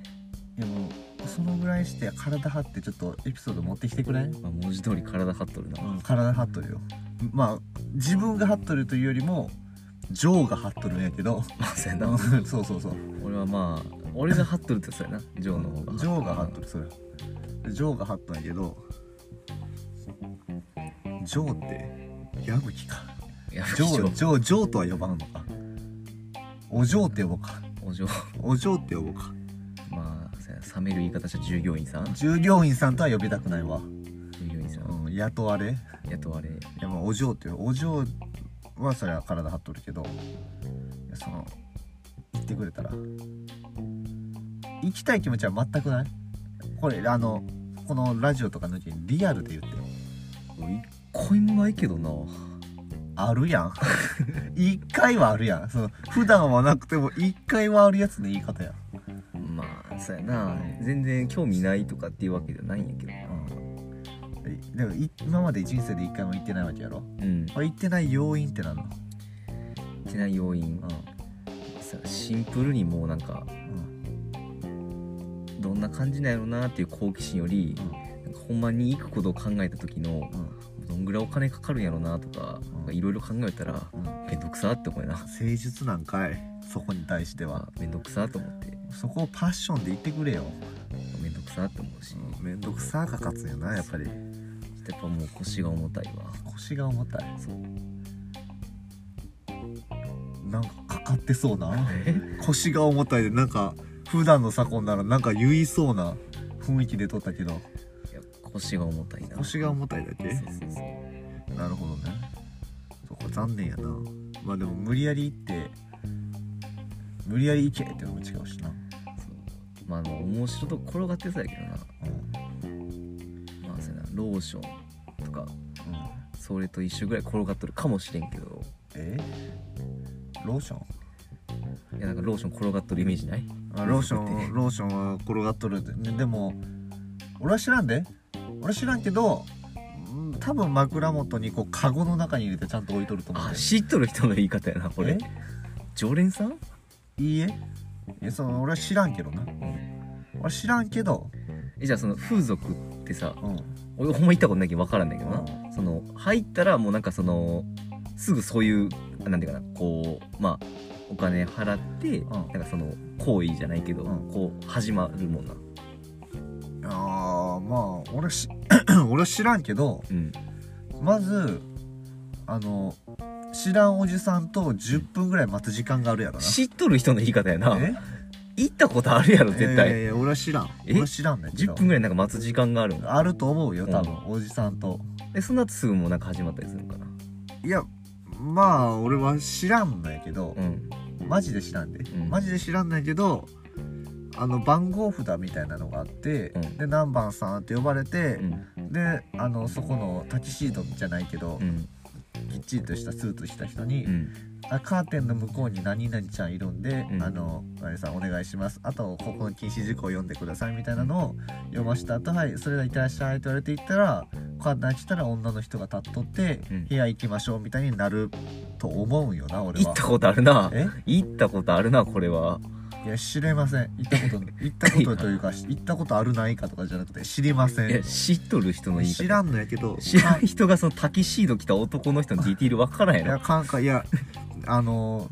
Speaker 1: でもうそのぐらいして体張ってちょっとエピソード持ってきてくれん
Speaker 2: まあ、文字通り体張っとるな、
Speaker 1: うん、体張っとるよまあ自分が張っとるというよりもジョーが張っとるんやけど
Speaker 2: まあそうや
Speaker 1: う
Speaker 2: なん
Speaker 1: そうそうそう
Speaker 2: 俺はまあ俺が張っとるってそうやなジョーの方が
Speaker 1: ジョーが張っと
Speaker 2: る
Speaker 1: るそれジョーが張ったんやけどジョーって矢吹か
Speaker 2: いや
Speaker 1: ジ
Speaker 2: ジ
Speaker 1: ョ
Speaker 2: ョ
Speaker 1: ー
Speaker 2: ー
Speaker 1: ジョージョーとは呼ばんのかお嬢って呼ぼうか
Speaker 2: お嬢
Speaker 1: お嬢って呼ぼうか
Speaker 2: まあそうや冷める言い方したら従業員さん従
Speaker 1: 従業員さんとは呼びたくないわ、
Speaker 2: 業員さん
Speaker 1: うん、雇われい
Speaker 2: 雇われ
Speaker 1: やまあお嬢ってお嬢はそれは体張っとるけどいやその言ってくれたら行きたい気持ちは全くないこれあのこのラジオとかのうちにリアルで言ってよ
Speaker 2: 一個もないけどな
Speaker 1: あるやん 一回はあるやんその普段はなくても一回はあるやつの言い方やん
Speaker 2: まあそうやな全然興味ないとかっていうわけじゃないんやけど
Speaker 1: うんでもい今まで人生で一回も行ってないわけやろ
Speaker 2: うん
Speaker 1: これ行ってない要因ってなんの
Speaker 2: 行ってない要因そうやシンプルにもうなんか
Speaker 1: うん
Speaker 2: どんな感じなんやろうなっていう好奇心よりなんかほんまに行くことを考えた時の
Speaker 1: うん
Speaker 2: どんぐらいお金かかるんやろうなとか
Speaker 1: うん
Speaker 2: なんかいろいろ考えたら
Speaker 1: うんうん
Speaker 2: めんどくさって思いな
Speaker 1: 誠実なんかいそこに対しては
Speaker 2: あめんどくさと思って
Speaker 1: そこをパッションで言ってくれよ
Speaker 2: めんどくさって思うし
Speaker 1: めんどくさが勝つんやなやっぱり
Speaker 2: やっぱもう腰が重たいわ
Speaker 1: 腰が重たい
Speaker 2: そう
Speaker 1: なんかかかってそうな
Speaker 2: え
Speaker 1: 腰が重たいでなんか普段の左近ならなんか言いそうな雰囲気で撮ったけど
Speaker 2: いや腰が重たいな
Speaker 1: 腰が重たいだけ
Speaker 2: そうそうそう
Speaker 1: なるほどねそこ残念やなまあでも無理やり行って無理やり行けってのも違うしな、
Speaker 2: そうまあでも面白いとこ転がってそうやけどな
Speaker 1: うん
Speaker 2: まあそうやなローションとかそれと一緒ぐらい転がっとるかもしれんけど
Speaker 1: えローション
Speaker 2: いやなんかローション転がっとるイメージない
Speaker 1: あローショ ンローションは転がっとるでででも俺は知らんで俺は知らんけどうん多分枕元にこうカゴの中に入れてちゃんと置いとると思う
Speaker 2: あ
Speaker 1: で
Speaker 2: 知っとる人の言い方やなこれ
Speaker 1: え
Speaker 2: 常連さん
Speaker 1: いいえいやその俺は知らんけどな、俺は知らんけど
Speaker 2: えじゃあその風俗ってさ
Speaker 1: うん
Speaker 2: 俺ほんま行ったことないけど分からんだけどな
Speaker 1: う
Speaker 2: その入ったらもうなんかそのすぐそういうなんていうかなこうまあお金払って、
Speaker 1: ん
Speaker 2: なんかその行為じゃないけど、
Speaker 1: うん
Speaker 2: こう始まるもんな
Speaker 1: あーまあ俺はし 俺は知らんけど
Speaker 2: うん
Speaker 1: まずあの知らんおじさんと10分ぐらい待つ時間があるやろな
Speaker 2: 知っとる人の言い方やな
Speaker 1: え
Speaker 2: 行ったことあるやろ絶対、
Speaker 1: いやいや俺は知らん
Speaker 2: え
Speaker 1: 俺は知らんねんけど
Speaker 2: 10分ぐらいなんか待つ時間があるんだ
Speaker 1: あると思うよ多分、おじさんと
Speaker 2: でその後すぐもうなんか始まったりするんかない
Speaker 1: やまあ俺は知らんのやけど
Speaker 2: う、ん
Speaker 1: マジで知らんで、
Speaker 2: うん
Speaker 1: マジで知らんのやけどあの番号札みたいなのがあって、
Speaker 2: うん
Speaker 1: で何番さんって呼ばれて
Speaker 2: う、ん
Speaker 1: であのそこのタキシードじゃないけど、
Speaker 2: うん
Speaker 1: きっちりとしたスーツ着た人に、
Speaker 2: うん
Speaker 1: あカーテンの向こうに何々ちゃんいるんで、
Speaker 2: うん
Speaker 1: あのあれさんお願いしますあとここの禁止事項を読んでくださいみたいなのを読ました後はいそれではいってらっしゃいと言われて行ったらカーテン開けたら女の人が立っとって、
Speaker 2: うん
Speaker 1: 部屋行きましょうみたいになると思うんよな俺
Speaker 2: 行
Speaker 1: は
Speaker 2: ったことあるな
Speaker 1: え
Speaker 2: 行ったことあるなこれはい
Speaker 1: や知れません行った こと行ったことというか行ったことあるないかとかじゃなくて知りませ
Speaker 2: いや
Speaker 1: ん
Speaker 2: 知っとる人の言い方
Speaker 1: 知らんのやけど
Speaker 2: 知らん人がそのタキシード着た男の人のディティール分からんや
Speaker 1: い
Speaker 2: ろ
Speaker 1: やかんかいやあの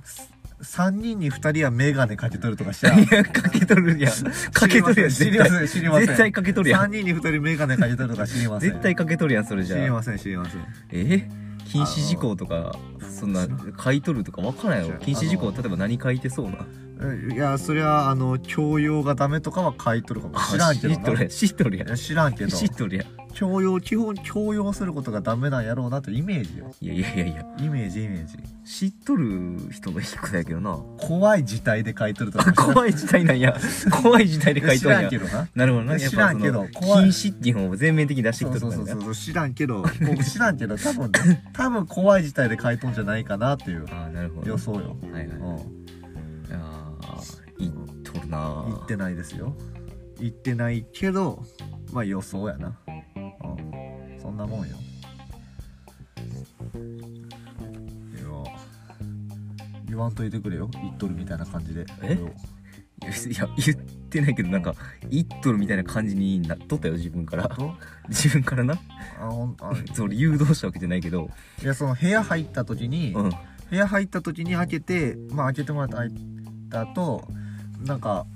Speaker 1: 3人に2人は眼鏡かけとるとか 知らん
Speaker 2: いやかけとるやんかけとるやん
Speaker 1: 知
Speaker 2: 絶
Speaker 1: りま
Speaker 2: 対
Speaker 1: せん知りません
Speaker 2: 絶対かけとるや
Speaker 1: 3
Speaker 2: ん
Speaker 1: 人に2人メガネかけてるとか知りません
Speaker 2: 絶対かけとるやんそれじ
Speaker 1: 知
Speaker 2: ゃあ
Speaker 1: りません知りません
Speaker 2: え禁止事項とかそんな書いとるとか分からんやろ禁止事項例えば何書いてそうな
Speaker 1: えいやそりゃあの教養がダメとかは書いとるかも知らんけど
Speaker 2: 知っと
Speaker 1: な
Speaker 2: るやん知っとるや
Speaker 1: いや知らんけ
Speaker 2: ん
Speaker 1: ど
Speaker 2: 知っとるやん
Speaker 1: 教養基本教養することがダメなんやろうなとイメージよ
Speaker 2: いやいやいやいや
Speaker 1: イメージイメージ
Speaker 2: 知っとる人の一個だけ どな
Speaker 1: 怖い事態で書いとるとか
Speaker 2: あ怖い時代なんや怖い時代で書い
Speaker 1: 知
Speaker 2: とるん
Speaker 1: らん
Speaker 2: や
Speaker 1: けどな
Speaker 2: なるほどなやっ
Speaker 1: 知
Speaker 2: ぱ
Speaker 1: ら
Speaker 2: そ
Speaker 1: んけど
Speaker 2: の禁
Speaker 1: 怖い
Speaker 2: 止っていう方を全面的に出して
Speaker 1: そ
Speaker 2: き
Speaker 1: う
Speaker 2: と
Speaker 1: そう
Speaker 2: る
Speaker 1: そ
Speaker 2: ん
Speaker 1: う
Speaker 2: だ
Speaker 1: そう知らんけどこう知らんけど多分多分怖い事態で書いとんじゃないかなっていう
Speaker 2: ああなるほど
Speaker 1: 予想よ、
Speaker 2: はいは
Speaker 1: う
Speaker 2: い
Speaker 1: ん
Speaker 2: ああ言っとるな
Speaker 1: 行ってないですよ行ってないけどまあ予想やなうんそんなもんよいや言わんといてくれよ言っとるみたいな感じで
Speaker 2: え
Speaker 1: これを
Speaker 2: いや言ってないけどなんか言っとるみたいな感じになっとったよ自分から
Speaker 1: と
Speaker 2: 自分からな
Speaker 1: あほんあ
Speaker 2: それ誘導したわけじゃないけど
Speaker 1: いやその部屋入った時に、
Speaker 2: うん
Speaker 1: 部屋入った時に開けてまあ開けてもらった開いた後なんか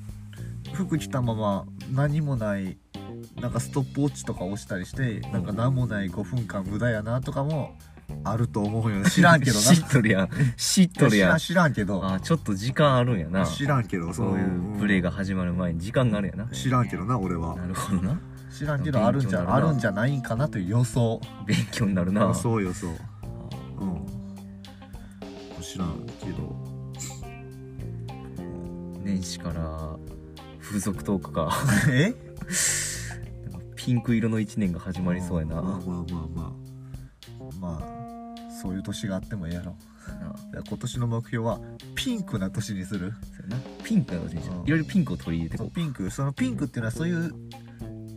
Speaker 1: 服着たまま何もないなんかストップウォッチとか押したりしてなんか何もない5分間無駄やなとかもあると思う よ知らんけどな
Speaker 2: 知っとるやん知っとる
Speaker 1: い
Speaker 2: や
Speaker 1: や
Speaker 2: ん
Speaker 1: 知らん知らんけど
Speaker 2: あちょっと時間あるんやな
Speaker 1: 知らんけど
Speaker 2: そ
Speaker 1: そうう
Speaker 2: い
Speaker 1: いうう
Speaker 2: プレイ
Speaker 1: が
Speaker 2: が始まる前に時間があるんやな
Speaker 1: 知らんけどな俺は
Speaker 2: なるほどな
Speaker 1: 知らんけどあるんじ
Speaker 2: 勉強に
Speaker 1: ゃ
Speaker 2: な
Speaker 1: あ
Speaker 2: るな
Speaker 1: るんじゃないんかなという予想
Speaker 2: 勉強になるな
Speaker 1: 予
Speaker 2: う
Speaker 1: 想予想うん知らんけど
Speaker 2: 年始から風俗トークか
Speaker 1: え
Speaker 2: ピンク色の1年が始まりそうや
Speaker 1: ま
Speaker 2: な
Speaker 1: あまあまあまあまあそういう年があってもええやろ
Speaker 2: そうやな
Speaker 1: だから今年の目標はピンクな年にする
Speaker 2: そうやなピンクやろ先生
Speaker 1: うん
Speaker 2: いろいろピンクを取り入れて
Speaker 1: そ
Speaker 2: こ
Speaker 1: のピンクそのピンクっていうのはそういう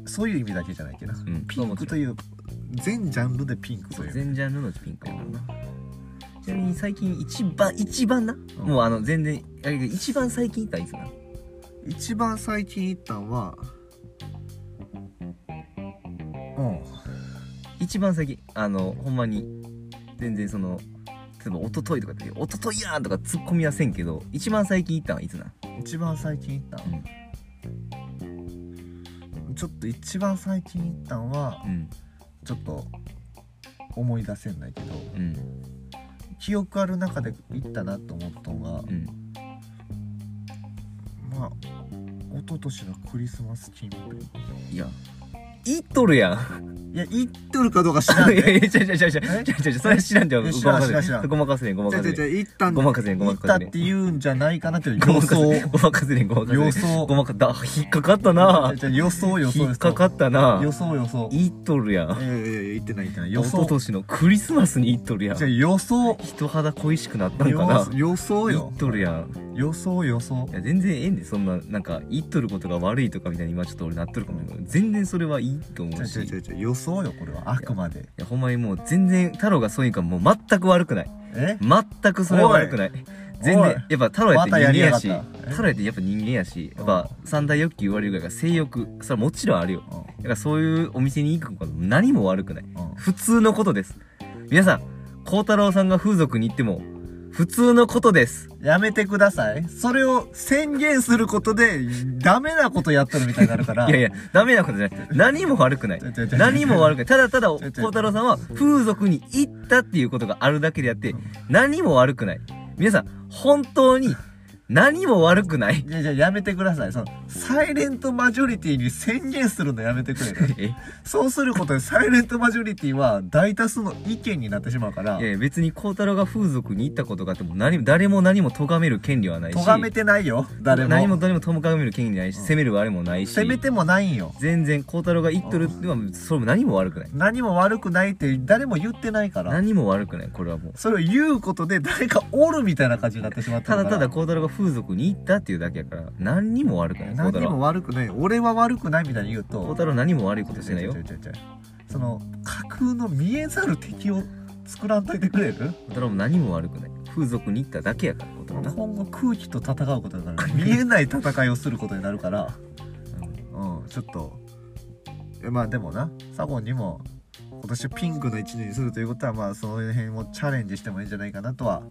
Speaker 1: そういう意味だけじゃないけど、
Speaker 2: う、うん、
Speaker 1: ピンクという全ジャンルでピンク
Speaker 2: そ
Speaker 1: と
Speaker 2: う
Speaker 1: いう
Speaker 2: 全ジャンルのピンクやからなちなみに最近一番一番な、
Speaker 1: うん
Speaker 2: もうあの全然あれやけど一番最近行ったんいつな
Speaker 1: 一番最近行ったんはうん
Speaker 2: 一番最近あのほんまに全然その例えば一昨日とかって「一昨日やん!」とか突っ込みはせんけど一番最近行ったんはいつな
Speaker 1: 一番最近行ったん、ちょっと一番最近行ったんは
Speaker 2: うん
Speaker 1: ちょっと思い出せんないけど
Speaker 2: うん
Speaker 1: 記憶ある中で行ったなと思ったのが、
Speaker 2: うん
Speaker 1: まあ一昨年のクリスマス近辺
Speaker 2: いや行っとるやん
Speaker 1: いや行っとるかどうか知 らん
Speaker 2: いや
Speaker 1: で
Speaker 2: いやちゃちゃちゃちゃちゃちゃそれは知らんじゃん
Speaker 1: い
Speaker 2: ご
Speaker 1: や知ら
Speaker 2: ま
Speaker 1: ん
Speaker 2: かせ
Speaker 1: 知らん知ら
Speaker 2: ね
Speaker 1: ん
Speaker 2: んごまかせねんごま
Speaker 1: じゃ
Speaker 2: か
Speaker 1: じ
Speaker 2: せ
Speaker 1: ゃじ
Speaker 2: ね
Speaker 1: ゃ行ったん
Speaker 2: ごまかせねんご
Speaker 1: 行っ
Speaker 2: まか
Speaker 1: た
Speaker 2: せ
Speaker 1: っ
Speaker 2: ね
Speaker 1: て言うんじゃないかなっていうん
Speaker 2: ごま
Speaker 1: 予
Speaker 2: かせ
Speaker 1: 想
Speaker 2: ねんごまかせねんごまかせねん
Speaker 1: 予想
Speaker 2: ごまかだ引っかかったな
Speaker 1: じゃじゃ予想予想
Speaker 2: 引っかかったな
Speaker 1: 予想予想
Speaker 2: 行っとるやん
Speaker 1: いやいやいや行ってない行ってない予
Speaker 2: 一昨
Speaker 1: 想
Speaker 2: 年のクリスマスに行っとるやん
Speaker 1: じゃ予想
Speaker 2: 人肌恋しくなったんかな
Speaker 1: 予予想
Speaker 2: 行
Speaker 1: よ
Speaker 2: っとるやん
Speaker 1: 予想予想
Speaker 2: いや全然ええんでそんななんか行っとることが悪いとかみたいに今ちょっと俺なっとるかもしれないけど全然それはいいと思
Speaker 1: じゃ
Speaker 2: うし
Speaker 1: じゃ
Speaker 2: い
Speaker 1: じゃじゃ予想よこれはあくまで
Speaker 2: やほんまにもう全然太郎がそういうからもう全く悪くない
Speaker 1: え
Speaker 2: 全くそれは悪くない全
Speaker 1: おい
Speaker 2: 然やっぱ太郎やって人間やし
Speaker 1: またやりやがったえ
Speaker 2: 太郎やってやっぱ人間やしやっぱ三大欲求言われるぐらいから性欲それはもちろんあるよ
Speaker 1: うん
Speaker 2: だからそういうお店に行くことも何も悪くない
Speaker 1: うん
Speaker 2: 普通のことです皆さん孝太郎さんが風俗に行っても普通のことです
Speaker 1: やめてくださいそれを宣言することでダメなことやっとるみたいになるから
Speaker 2: いやいやダメなことじゃない何も悪くない
Speaker 1: ちょちょちょ
Speaker 2: 何も悪くないただただ
Speaker 1: ちょ
Speaker 2: 孝
Speaker 1: ちょ
Speaker 2: 太郎さんは風俗に行ったっていうことがあるだけであって
Speaker 1: うん
Speaker 2: 何も悪くない皆さん本当に何も悪 くない
Speaker 1: じゃあじゃあやめてくださいそのサイレントマジョリティに宣言するのやめてくれる
Speaker 2: えい
Speaker 1: そうすることでサイレントマジョリティは大多数の意見になってしまうから
Speaker 2: や別に孝太郎が風俗に行ったことがあっても何も誰も何も咎める権利はないし
Speaker 1: 咎めてないよ誰も
Speaker 2: 何も誰も咎める権利ないし、
Speaker 1: うん
Speaker 2: 責めるあれもないし
Speaker 1: 責めてもないんよ
Speaker 2: 全然孝太郎が言っとるってのはそれも何も悪くない
Speaker 1: 何も悪くないって誰も言ってないから
Speaker 2: 何も悪くないこれはもう
Speaker 1: それを言うことで誰かおるみたいな感じになってしまった
Speaker 2: た
Speaker 1: か
Speaker 2: だ
Speaker 1: ら
Speaker 2: ただ孝太郎が風俗に行ったっていうだけやから何にも悪くない孝
Speaker 1: 何
Speaker 2: 太
Speaker 1: にも
Speaker 2: 郎
Speaker 1: 悪くない俺は悪くないみたいに言う
Speaker 2: 孝
Speaker 1: と
Speaker 2: 太郎何も悪いことしてないよ
Speaker 1: 違う違う
Speaker 2: 孝
Speaker 1: 違う違うその架空の見えざる敵を作らんといてくれる
Speaker 2: 太郎も何も悪くない風俗に行っただけやから孝太郎な
Speaker 1: 今後空気と戦うことになる 見えない戦いをすることになるからうんちょっとえまあでもなサゴンにも今年ピンクの一年にするということはまあその辺もチャレンジしてもいいんじゃないかなとは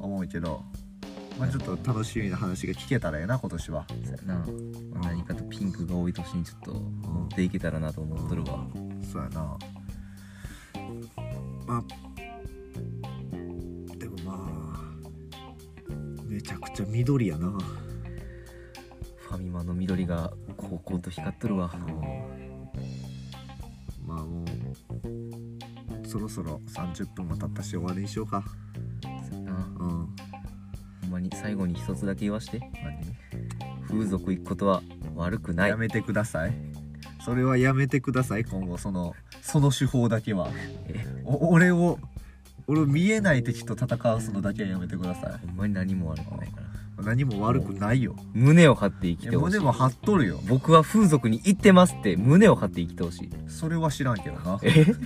Speaker 1: 思うけどまあちょっと楽しみな話が聞けたらええな今年は、
Speaker 2: そうやなまあ何かとピンクが多い年にちょっと持っていけたらなと思っとるわ
Speaker 1: そうやなまあでもまあめちゃくちゃ緑やな
Speaker 2: ファミマの緑がこうこうと光っとるわ
Speaker 1: まあもうそろそろ30分も経ったし終わりにしようか
Speaker 2: そうやな
Speaker 1: うん
Speaker 2: ほんまに最後に一つだけ言わして風俗行くことは悪くない
Speaker 1: やめてくださいそれはやめてください今後そのその手法だけは
Speaker 2: え
Speaker 1: お俺を俺を見えない敵と戦わすのだけはやめてくださ
Speaker 2: ほんまに何も悪くないから
Speaker 1: い何も悪くないよ
Speaker 2: 胸を張って生
Speaker 1: い
Speaker 2: き
Speaker 1: や
Speaker 2: てほし
Speaker 1: 胸
Speaker 2: い
Speaker 1: も張っとるよ
Speaker 2: 僕は風俗に行ってますって胸を張って生きてほしい
Speaker 1: それは知らんけどない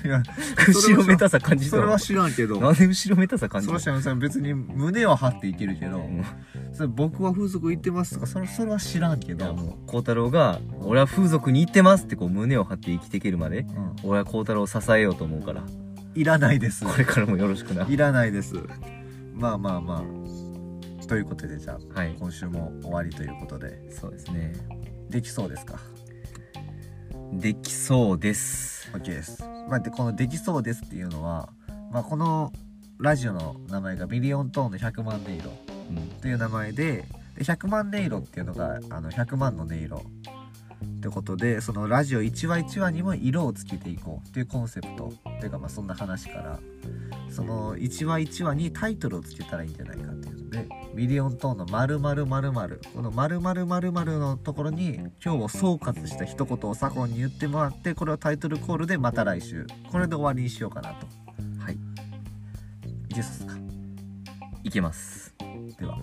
Speaker 2: え
Speaker 1: や
Speaker 2: 後ろめたさ感じた
Speaker 1: それは知らんけど
Speaker 2: なんで後ろめたさ感じ
Speaker 1: そ
Speaker 2: た
Speaker 1: れは知らん別に胸は張っていけるけど、
Speaker 2: うん
Speaker 1: それ僕は風俗行ってますとかそれそれは知らんけ
Speaker 2: いや
Speaker 1: ど
Speaker 2: もう孝太郎が「俺は風俗に行ってます」ってこう胸を張って生きていけるまで
Speaker 1: うん
Speaker 2: 俺は孝太郎を支えようと思うから
Speaker 1: いらないです
Speaker 2: これからもよろしくない
Speaker 1: らないですまあまあまあということでじゃあ
Speaker 2: はい
Speaker 1: 今週も終わりということで
Speaker 2: そうですね
Speaker 1: できそうですか
Speaker 2: できそうです
Speaker 1: OK です、まあ、でこの「できそうです」っていうのは、まあ、このラジオの名前が「ミリオントーンの100万音色」
Speaker 2: うん
Speaker 1: という名前でで100万音色っていうのがあの100万の音色ってことでそのラジオ1話1話にも色をつけていこうっていうコンセプトっていうかまあそんな話からその1話1話にタイトルをつけたらいいんじゃないかっていうのでミリオントーンの〇〇〇〇この〇〇〇〇のところに今日を総括した一言を左近に言ってもらってこれをタイトルコールでまた来週これで終わりにしようかなと
Speaker 2: はい
Speaker 1: いけそうですか
Speaker 2: いけます
Speaker 1: では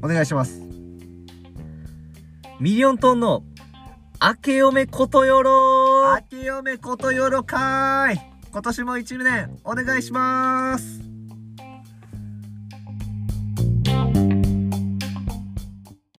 Speaker 1: お願いします
Speaker 2: ミリオントンの明け嫁ことよろ
Speaker 1: 秋嫁ことよろかーい今年も一年お願いします